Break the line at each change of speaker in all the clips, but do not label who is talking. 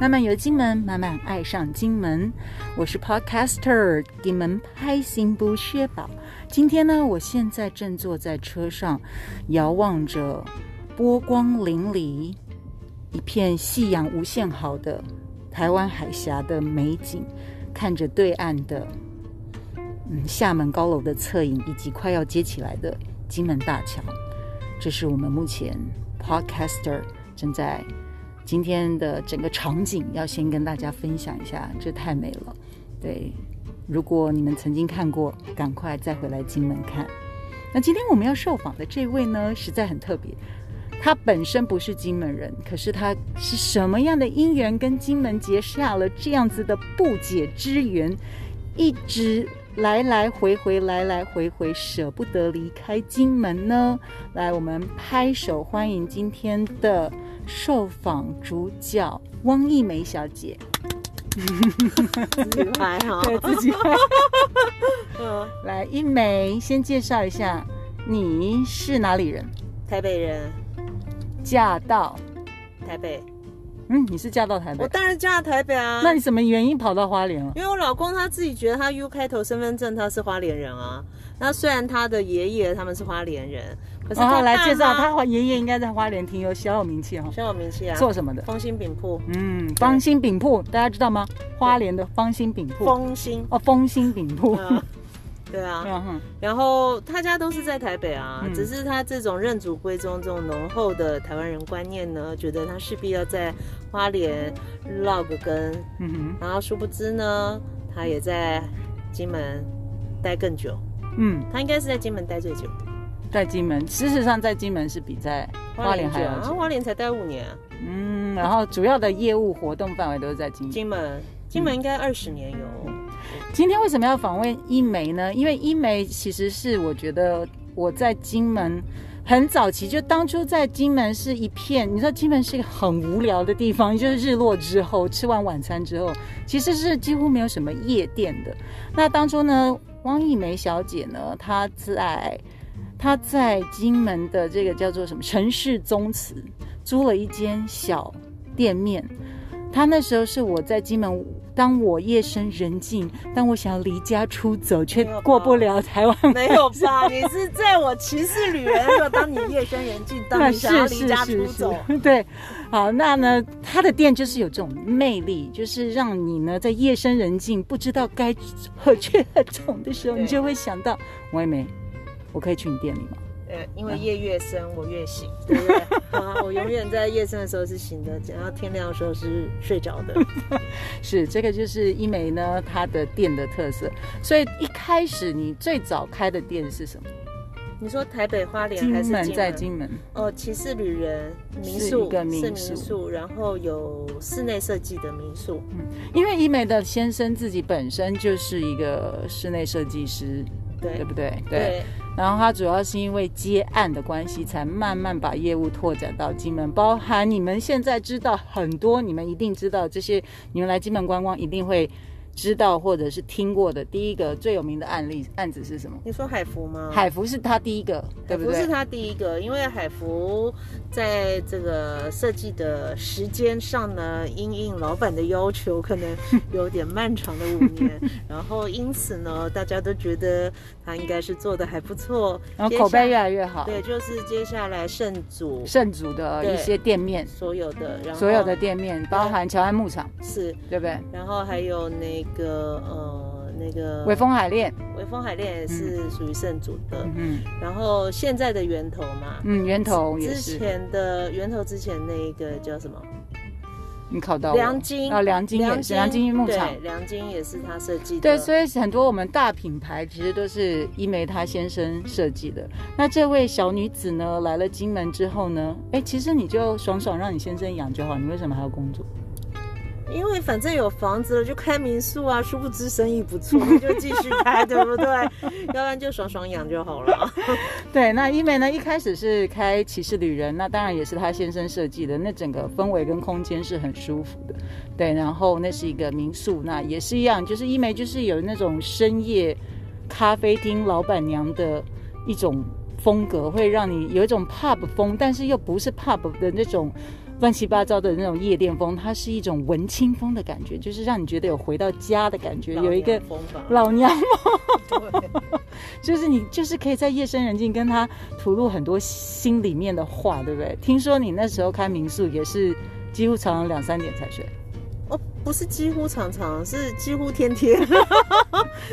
慢慢游金门，慢慢爱上金门。我是 Podcaster 金门拍行不薛宝。今天呢，我现在正坐在车上，遥望着波光粼粼、一片夕阳无限好的台湾海峡的美景，看着对岸的嗯厦门高楼的侧影，以及快要接起来的金门大桥。这是我们目前 Podcaster 正在今天的整个场景，要先跟大家分享一下，这太美了。对，如果你们曾经看过，赶快再回来金门看。那今天我们要受访的这位呢，实在很特别。他本身不是金门人，可是他是什么样的因缘跟金门结下了这样子的不解之缘，一直来来回回，来来回回，舍不得离开金门呢？来，我们拍手欢迎今天的受访主角汪一梅小姐。
女孩哈，
自己
嗯，
来，一梅先介绍一下，你是哪里人？
台北人，
嫁到，
台北，
嗯，你是嫁到台
我
北，
当然嫁台北啊。
那你什么原因跑到花莲了？
因为我老公他自己觉得他 U 开头身份证他是花莲人啊，那虽然他的爷爷他们是花莲人，可是
然
他
后哦来介绍
爸妈
他爷爷应该在花莲挺有小有名气哈、
小有名气啊，
做什么的？
风心饼铺，
嗯，芳心饼铺，大家知道吗？花莲的芳心饼铺，
风心，
哦，风心饼铺。
嗯，对啊，
嗯哼，
然后他家都是在台北啊，
嗯
只是他这种认祖归宗、这种浓厚的台湾人观念呢，觉得他势必要在花莲落个根，
嗯哼，
然后殊不知呢，他也在金门待更久，
嗯，
他应该是在金门待最久，
在金门，事实上在金门是比在花莲还
久
要
啊
久。
花莲才待五年、啊，
嗯，然后主要的业务活动范围都是在金门。
金门金门应该二十年有，
今天为什么要访问一梅呢？因为一梅其实是我觉得我在金门很早期，就当初在金门是一片，你知道金门是一个很无聊的地方，就是日落之后吃完晚餐之后，其实是几乎没有什么夜店的。那当初呢，汪一梅小姐呢，她在她在金门的这个叫做什么城市宗祠租了一间小店面。她那时候是我在金门，当我夜深人静，当我想要离家出走，却
没有吧
过不了台湾
没有 吧？你是在我歧视旅人的时候，当你夜深人静，当
那
你想要
是
离
是
家出
是
走，
是， 对，好，那呢，他的店就是有这种魅力，就是让你呢在夜深人静不知道该何去何从的时候，
对
你就会想到王一梅，我可以去你店里吗？
呃，因为夜越深，我越 醒，对不对？啊，我永远在夜深的时候是醒的，然后天亮的时候是睡着 的。
是，这个就是一梅呢它的店的特色。所以一开始你最早开的店是什么？
你说台北花莲
金
还是
门，在
金门？
金门。
哦，骑士旅人民
是
宿
一个民宿
是民宿，然后有室内设计的民宿，
因为一梅的先生自己本身就是一个室内设计师，
对
对不对？然后他主要是因为接案的关系，才慢慢把业务拓展到金门，包含你们现在知道很多，你们一定知道这些，你们来金门观光一定会知道或者是听过的。第一个最有名的案例案子是什么？
你说海福吗？
海福是他第一个，对不
海福
对
是？他第一个，因为海福在这个设计的时间上呢，因应老板的要求，可能有点漫长的五 年，然后因此呢，大家都觉得他应该是做的还不错，
然后
接
口碑
下
越来越好，
对，就是接下来圣祖
圣主的一些店面，
所有的，然后
所有的店面包含乔安牧场，
是，
对不对？
然后还有那个呃那个
微风海恋，
微风海恋也是属于圣主的，
嗯
然后现在的源头嘛，
嗯，源头也
之
是，
前的源头之前那一个叫什么？
你考到我
梁金
啊，梁金也是梁金牧场
对，，梁金也是他设计的。
对，
以
所以很多我们大品牌其实都是伊梅她先生设计的。那这位小女子呢，来了金门之后呢，哎，其实你就爽爽让你先生养就好，你为什么还要工作？
因为反正有房子了，就开民宿啊，殊不知生意不错， 就继续开，对不对？要不然就爽爽养就好了。
对，那伊梅呢，一开始是开骑士旅人，那当然也是她先生设计的，那整个氛围跟空间是很舒服的。对，然后那是一个民宿，那也是一样，就是伊梅就是有那种深夜咖啡厅老板娘的一种风格，会让你有一种 pub 风，但是又不是 pub 的那种乱七八糟的那种夜店风，它是一种文青风的感觉，就是让你觉得有回到家的感觉，有一个
风吧，
老娘，
对
就是你就是可以在夜深人静跟他吐露很多心里面的话，对不对？听说你那时候开民宿也是几乎常常两三点才睡，
哦，不是几乎常常，是几乎天天。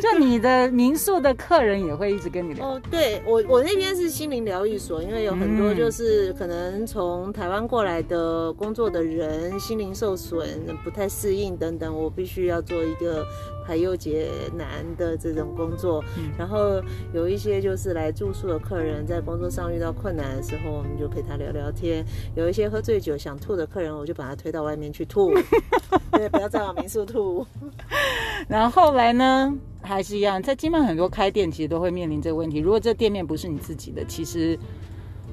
就你的民宿的客人也会一直跟你聊，
哦，对我我那边是心灵疗愈所，因为有很多
嗯
就是可能从台湾过来的工作的人，心灵受损、不太适应等等，我必须要做一个排忧解难的这种工作。
嗯
然后有一些就是来住宿的客人，在工作上遇到困难的时候，我们就陪他聊聊天；有一些喝醉酒想吐的客人，我就把他推到外面 去吐，对，不要再往民宿吐。
然后后来呢，还是一样，在金门很多开店其实都会面临这个问题。如果这店面不是你自己的，其实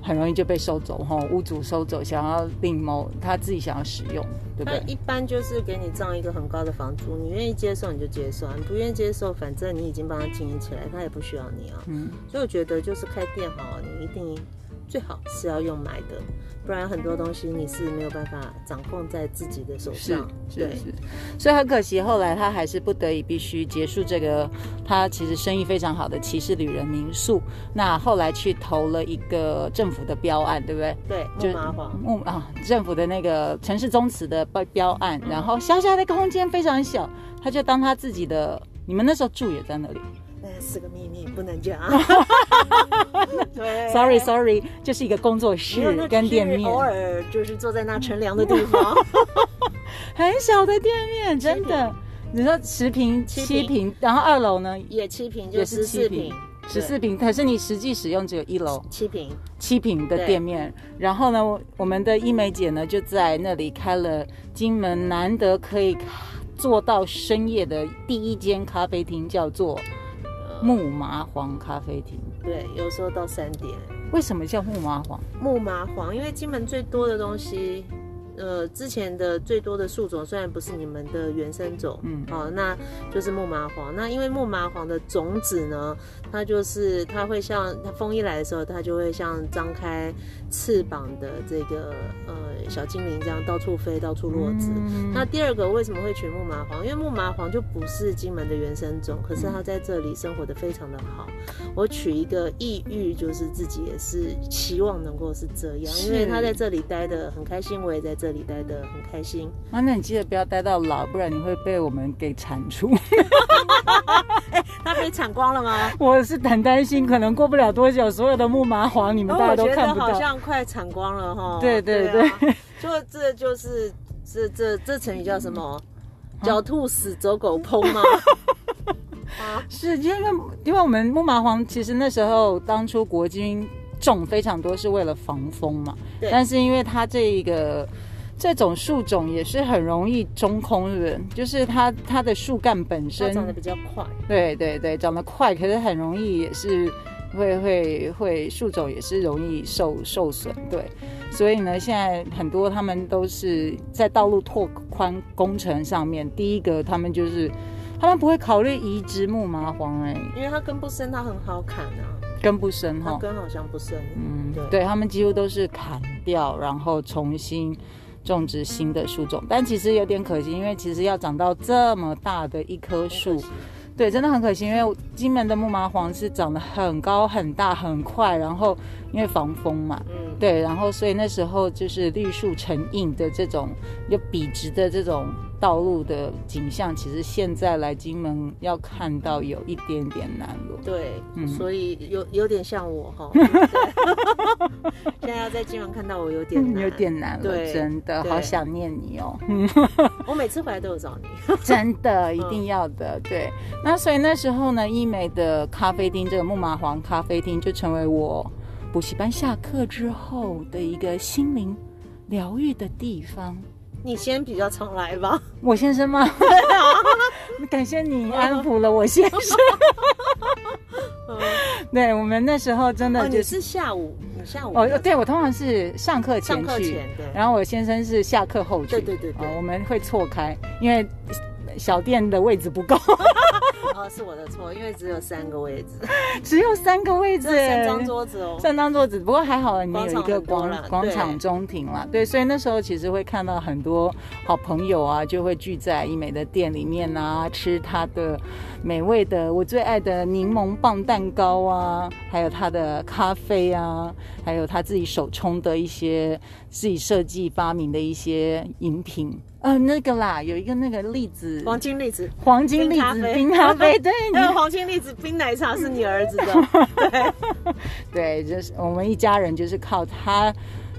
很容易就被收走哈，屋主收走，想要另某他自己想要使用，对不
那
对？
一般就是给你涨一个很高的房租，你愿意接受你就接受，啊，你不愿意接受，反正你已经帮他经营起来，他也不需要你啊。
嗯，
所以我觉得就是开店哈，你一定最好是要用买的，不然很多东西你是没有办法掌控在自己的手
是
上。
是
对，
是，所以很可惜，后来他还是不得已必须结束这个他其实生意非常好的骑士旅人民宿。那后来去投了一个政府的标案，对不对？
对，
就
木麻黄。
木啊，政府的那个城市宗祠的标标案，
嗯
然后小小的空间非常小，他就当他自己的。你们那时候住也在那里
那哎是个秘密，不 能讲。对
，sorry sorry，就是一个工作
没有那
室
只
跟
是
店面，
偶尔就是坐在那乘凉的地 方，
很小的店面，真的。你说十平、
七
七
平
平，然后二楼呢
也七平，
也
就是十
七
四
平
平，，
十四平，可是你实际使用只有一楼
七平，
七平的
对
店面。然后呢，我我们的一梅姐呢就在那里开了金门难得可以做到深夜的第一间咖啡厅，叫做
呃
木麻黄咖啡厅。
对，有时候到三点。
为什么叫木麻黄？
木麻黄，因为金门最多的东西，呃，之前的最多的树种虽然不是你们的原生种，
嗯
哦，那就是木麻黄。那因为木麻黄的种子呢，它就是它会像它风一来的时候，它就会像张开翅膀的这个呃小精灵这样到处飞，到处落子。
嗯
那第二个为什么会取木麻黄？因为木麻黄就不是金门的原生种，可是它在这里生活的非常的好。我取一个抑郁，就是自己也是希望能够是这样，
是
因为他在这里待的很开心，我也在这里待的很 开心。
啊，那你记得不要待到老，不然你会被我们给铲除。
他被抢光了吗？
我是很担心，可能过不了多久，所有的木麻黄你们大家都
哦我觉
看
得
不
好
到。
像快抢光了哈。
对对
啊，就这就是这这这成语叫什么？
嗯
狡兔死，走狗烹吗？啊，
是因为因为我们木麻黄其实那时候当初国军种非常多是为了防风嘛，
对
但是因为它这一个这种树种也是很容易中空的，就是它它的树干本
它
身，
长得比较快。
对对对，长得快，可是很容易也是会会会树种也是容易受受损，对，所以呢，现在很多他们都是在道路拓宽工程上面，第一个他们就是。他们不会考虑移植木麻黄哎、
因为它根不深，它很好砍啊，
根不深
它
哈。
根好像不深。
嗯，
对
对他们几乎都是砍掉，然后重新种植新的树种，但其实有点可惜，因为其实要长到这么大的一棵
很可
树
惜，
对，真的很可惜，因为金门的木麻黄是长得很高、很大、很快，然后因为防风嘛，
嗯，
对，然后所以那时候就是绿树成荫的这种有笔直的这种道路的景象，其实现在来金门要看到有一点点难了。
对，
嗯
所以有有点像我 哈。对不对 现在要在金门看到我有点难，
嗯有。点难了，
对
真的
对
好想念你哦，
我每次回来都有找你，
真的一定要的。对，那所以那时候呢，医美的咖啡厅这个木麻黄咖啡厅就成为我补习班下课之后的一个心灵疗愈的地方。
你先比较常来吧。
我先生 吗？感谢你安抚了我先生。
嗯，
对我们那时候真
哦，
的
你
就是，
是下午，你下午
哦，对我通常是上课前
上
去，
课前对，
然后我先生是下课后去，
对对对对
哦我们会错开，因为小店的位置不够，
哦，是我的错，因为只有三个位置，
只有三个位置
这，三张桌子哦。
三张桌子，不过还好你有
广
一
场
个
很多
广
啦
广
对
场中庭啦，对，所以那时候其实会看到很多好朋友啊，就会聚在一美的店里面啊，吃它的美味的我最爱的柠檬棒蛋糕啊，还有它的咖啡啊，还有他自己手冲的一些自己设计发明的一些饮品。呃，那个啦，有一个那个栗子，
黄金栗子，
黄金栗子冰
冰
咖
咖啡
啡，对，你
还有黄金栗子冰奶茶是你儿子 的，
对，就是我们一家人就是靠它，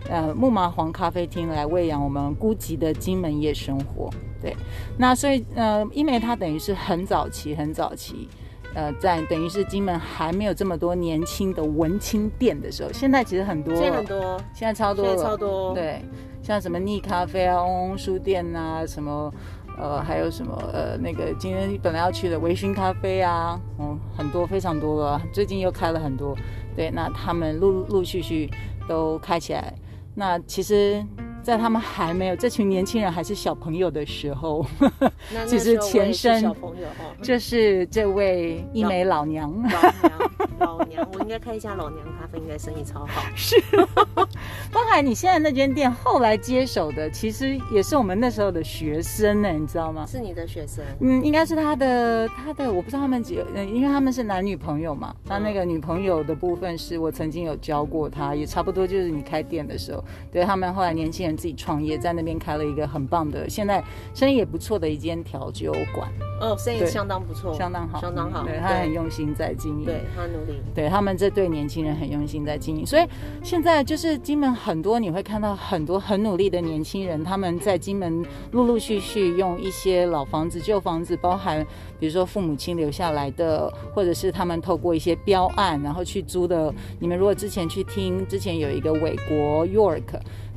呃，木麻黄咖啡厅来喂养我们孤寂的金门夜生活。对，那所以呃，因为它等于是很早期，很早期。呃，在等于是金门还没有这么多年轻的文青店的时候，现在其实很多了，
现在很多，
现在超多
现在
了，
超多，，
对，像什么逆咖啡啊、嗡嗡书店呐、什么呃，还有什么呃，那个今天本来要去的微醺咖啡啊，嗯，很多非常多了，最近又开了很多。对，那他们陆陆续续都开起来。那其实，在他们还没有这群年轻人还是小朋友的时候，
那
其实
那时候我也
前
是
身
小朋友哦，
就是这位一美老娘，
老娘，老娘，我应该开一家老娘咖啡，应该生意超好。
包含你现在那间店后来接手的，其实也是我们那时候的学生呢，你知道吗？
是你的学生，
嗯，应该是他的他的，我不知道他们几，嗯，因为他们是男女朋友嘛。那那个女朋友的部分是我曾经有教过他，也差不多就是你开店的时候，嗯对他们后来年轻人自己创业，在那边开了一个很棒的，现在生意也不错的一间调酒馆，
哦，生意
对
相当不错，
相当好，嗯
相当好，
对他很嗯用心在经营。
对他努力，
对他们这对年轻人很用心在经营，所以现在就是金门很多你会看到很多很努力的年轻人，他们在金门陆陆续续用一些老房子、旧房子，包含比如说父母亲留下来的，或者是他们透过一些标案然后去租的。你们如果之前去听，之前有一个美国 York。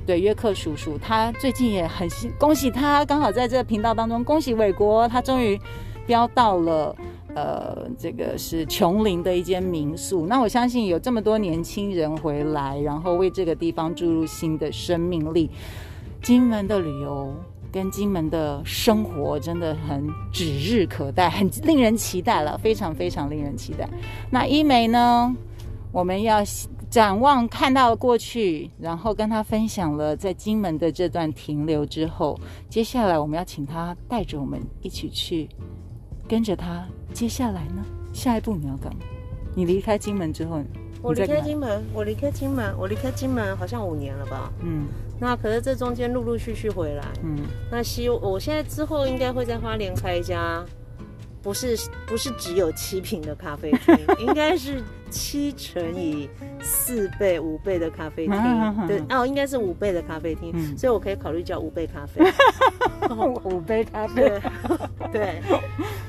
对约克叔叔，他最近也很幸，恭喜他，刚好在这个频道当中，恭喜伟国，他终于标到了呃，这个是琼林的一间民宿。那我相信有这么多年轻人回来，然后为这个地方注入新的生命力。金门的旅游跟金门的生活真的很指日可待，很令人期待了，非常非常令人期待。那一美呢，我们要展望看到过去，然后跟他分享了在金门的这段停留之后，接下来我们要请他带着我们一起去跟着他，接下来呢？下一步你要干嘛？你离开金门之后，
我
你在
离开
干嘛？
金门，我离开金门，我离开金门好像五年了吧？
嗯
那可是这中间陆陆续续回来，
嗯，
那希我现在之后应该会在花莲开一家，不是不是只有七品的咖啡厅，应该是七乘以四倍五倍的 咖啡厅，对，哦，应该是五倍的咖啡厅，
嗯
所以我可以考虑叫五倍咖啡。
五杯咖啡。
对对，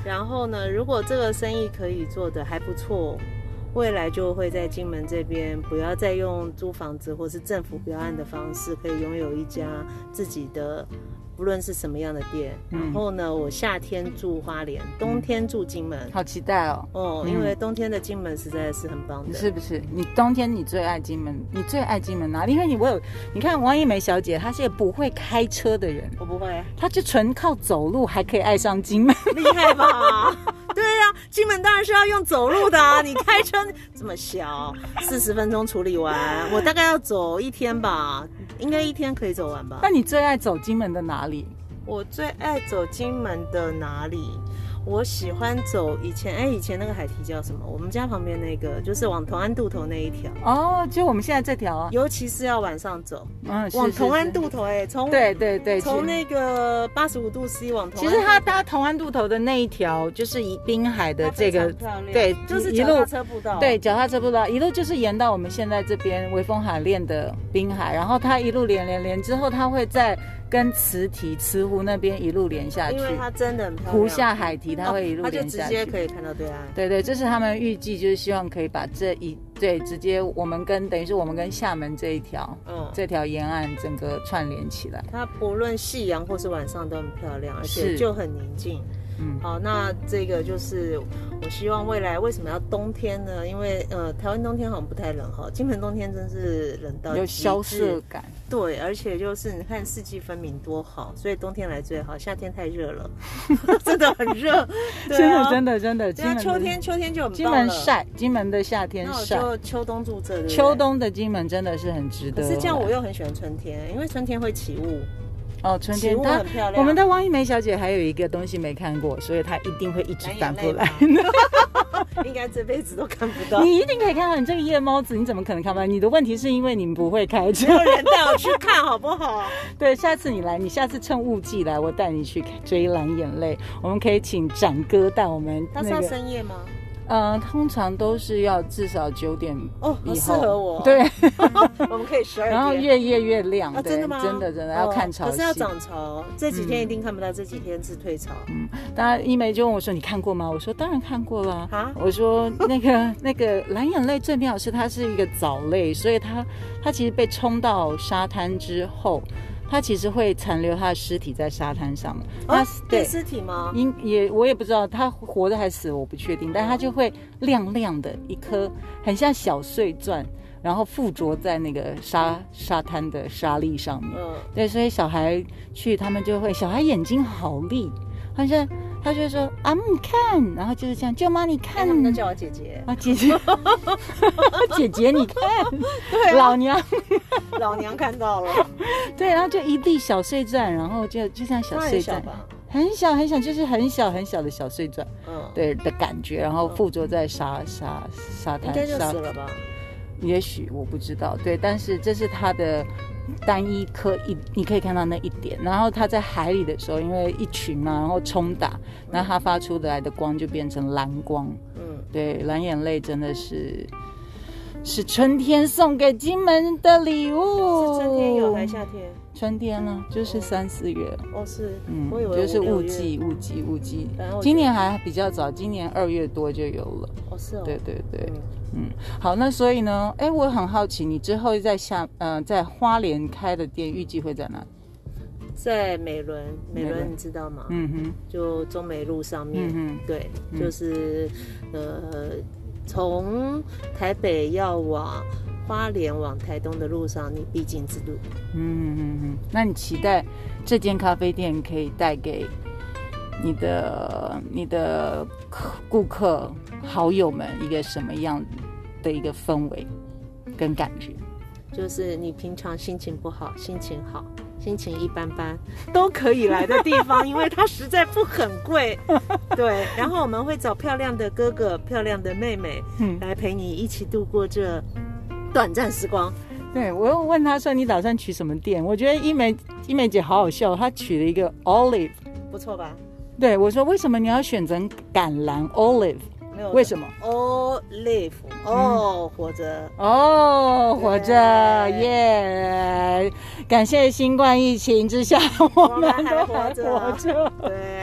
然后呢，如果这个生意可以做的还不错，未来就会在金门这边，不要再用租房子或是政府标案的方式，可以拥有一家自己的，不论是什么样的店。
嗯
然后呢，我夏天住花莲，冬天住金门。
好期待哦！
哦，
嗯
因为冬天的金门实在是很棒的。
是不是？你冬天你最爱金门，你最爱金门哪里？因为你我有，你看王一梅小姐，她是个不会开车的人，
我不会，
她就纯靠走路还可以爱上金 门。
厉害吧？ 对呀、金门当然是要用走路的 啊！你开车这么小，四十分钟处理完，我大概要走一天吧，应该一天可以走完吧
那。你最爱走金门的哪里？
我最爱走金门的哪里？我喜欢走以前，哎，以前那个海堤叫什么？我们家旁边那个，就是往同安渡头那一条，
哦，就我们现在这条啊，
尤其是要晚上走，
嗯，是
往
是
同安
是
渡头、哎，从
对对对，
从
其
那个八十五度 C 往同
其
安
实
渡
它搭同安渡头的那一条，就是以滨海的这
它
个
非常漂亮
对
就是
一
脚
路
踏车步道，啊
对，脚踏车步道一路就是沿到我们现在这边微风海练的滨海，然后它一路连连连之后，它会再跟慈提、慈湖那边一路连下去
因，为它真的很漂亮。
湖下海堤它
哦
会一路
它就
连
直
下去。
接可以看到对岸。
对对，这是他们预计，就是希望可以把这一对直接我们跟等于是我们跟厦门这一条
嗯，
这条沿岸整个串联起来。
它不论夕阳或是晚上都很漂亮，而且
是
就很宁静。
嗯
好，那这个就是我希望未来为什么要冬天呢？因为呃，台湾冬天好像不太冷哈，金门冬天真是冷到
有
极
萧
致
瑟感，
对，而且就是你看四季分明多好，所以冬天来最好，夏天太 热了，真的很热。对
真
啊
的真的真的，
对
金
啊，
门
秋
的
天秋天就很
金
棒
门
了，
晒，金门的夏天
那我
晒，
就秋冬住这，对不对
秋。冬的金门真的是很值得
可
来。
是这样我又很喜欢春天，因为春天会起雾，
哦，春
起
天
雾
它
很漂亮。
我们的汪一梅小姐还有一个东西没看过，所以她一定会一直
蓝眼
反复
泪
来。
吧 应该这辈子都看不到。
你一定可以看到，你这个夜猫子，你怎么可能看不到？你的问题是因为你们不会开车
没。 有人带我去看好不好？
对，下次你来，你下次趁雾季来，我带你去追蓝眼泪。我们可以请展哥带我们
他是
那
要
个，
深夜吗？
嗯、通常都是要至少九点
哦，好
以
适
后。
合我。，
对，
我们可以十二点。
然后越夜越亮，
啊，
对
真的吗？
真的真的
哦
要看潮
可是要
汐。嗯
涨潮，这几天一定看不到，这几天是退潮。
当然，一梅就问我说：“你看过吗？”我说：“当然看过啦。
啊
我说：“那个 那个蓝眼泪最妙是它是一个藻类，所以它它其实被冲到沙滩之后，它其实会残留它的尸体在沙滩上嘛。
啊
它，
对，尸体吗？
应也我也不知道它活的还是死的，我不确定，但它就会亮亮的一颗，很像小碎钻，然后附着在那个沙沙滩的沙砾上面。
嗯，
对，所以小孩去，他们就会，小孩眼睛好利，他就他就说啊，你看，然后就是这样，舅妈你
但
看
哎他，们都叫我姐姐。
啊 姐姐，姐姐你看，
啊
老娘，嗯
老娘看到了，
对，然后就一粒小碎钻，然后就就像小
她
碎
很小
钻，
吧？
很小很小，就是很小很小的小碎钻，
嗯，，
对的感觉，然后附着在沙沙沙
应
滩
该就
上
死，了吧？
也许我不知道，对，但是这是它的单一颗一，你可以看到那一点。然后它在海里的时候，因为一群嘛，然后冲打，那它发出来的光就变成蓝光。
嗯，
对，蓝眼泪真的是是春天送给金门的礼物。
是春天有还是夏天？
春天了，就是三四月，
哦，是，
嗯
我以，为
就是
五
雾
六月
季，雾季，雾季
然后。我
今年还比较早，今年二月多就有了。
哦，是哦，
对对对。嗯，
嗯，
好，那所以呢，哎，我很好奇，你之后在下，呃，在花莲开的店预计会在哪？
在美伦，美
美伦
伦你知道吗？
嗯哼，
就中美路上面，
嗯哼，
对，就是呃，从台北要往花莲往台东的路上，你必经之路。
嗯哼哼。那你期待这间咖啡店可以带给你的你的客顾客好友们一个什么样的一个氛围跟感觉？
就是你平常心情不好，心情好，心情一般般都可以来的地 方，因为它实在不很贵。对，然后我们会找漂亮的哥哥、漂亮的妹妹
嗯，
来陪你一起度过这短暂时光。
对我又问他说你打算取什么店？我觉得一梅一梅姐好好笑，她取了一个 olive。
不错吧？
对我说为什么你要选择橄榄 olive？
没有
为什么？
？All live，哦、
嗯
活着。
哦，活着
对
耶！感谢新冠疫情之下，我
我
哦们
们
都
还
还
活着
活着。
对，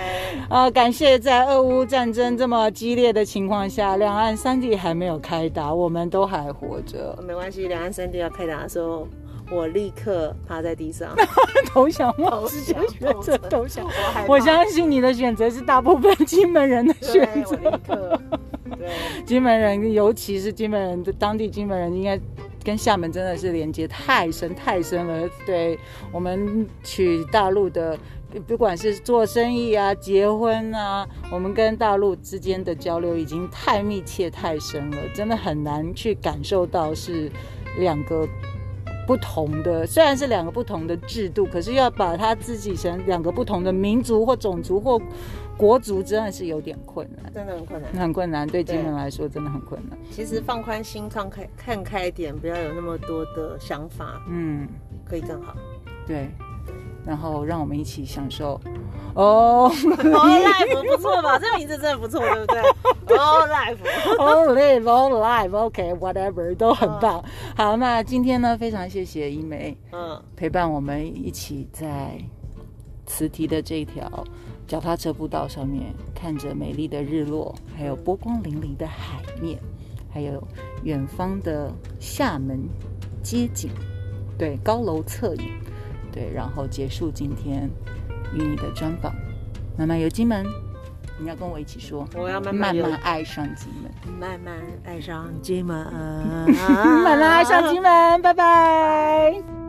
啊、感谢在俄乌战争这么激烈的情况下，两岸三地还没有开打，我们都还活 着。
没关系，两岸三地要开打的时候，我立刻趴在 地上
投降吗？
投
直接
降，
选择投降。
我害怕
我相信你的选择是大部分金门人的选
对，我
择。
立刻，对，
金门人，尤其是金门人的当地金门人，应该跟厦门真的是连接太深太深了。对我们去大陆的，呃不管是做生意啊、结婚啊，我们跟大陆之间的交流已经太密切太深了，真的很难去感受到是两个。不同的虽然是两个不同的制度，可是要把它自己成两个不同的民族或种族或国族，真的是有点困难。
真的很困难。
很困难，对金
对
门来说真的很困难。
其实放宽心，看开看开一点，不要有那么多的想法，
嗯，
可 以更好。
对。然后让我们一起享受哦
All life 不错吧？这名字真的不错，对不对？All life，
，all live all live，OK，whatever、都很棒。好，那今天呢，非常谢谢一梅
嗯，
陪伴我们一起在磁提的这条脚踏车步道上面，看着美丽的日落，还有波光粼粼的海面，还有远方的厦门街景，对，高楼侧影，对，然后结束今天与你的专访。妈妈游金门，你要跟我一起说，
我要慢
慢
慢有
慢爱上金门，
慢慢爱上金门，
慢慢爱上金门，拜拜。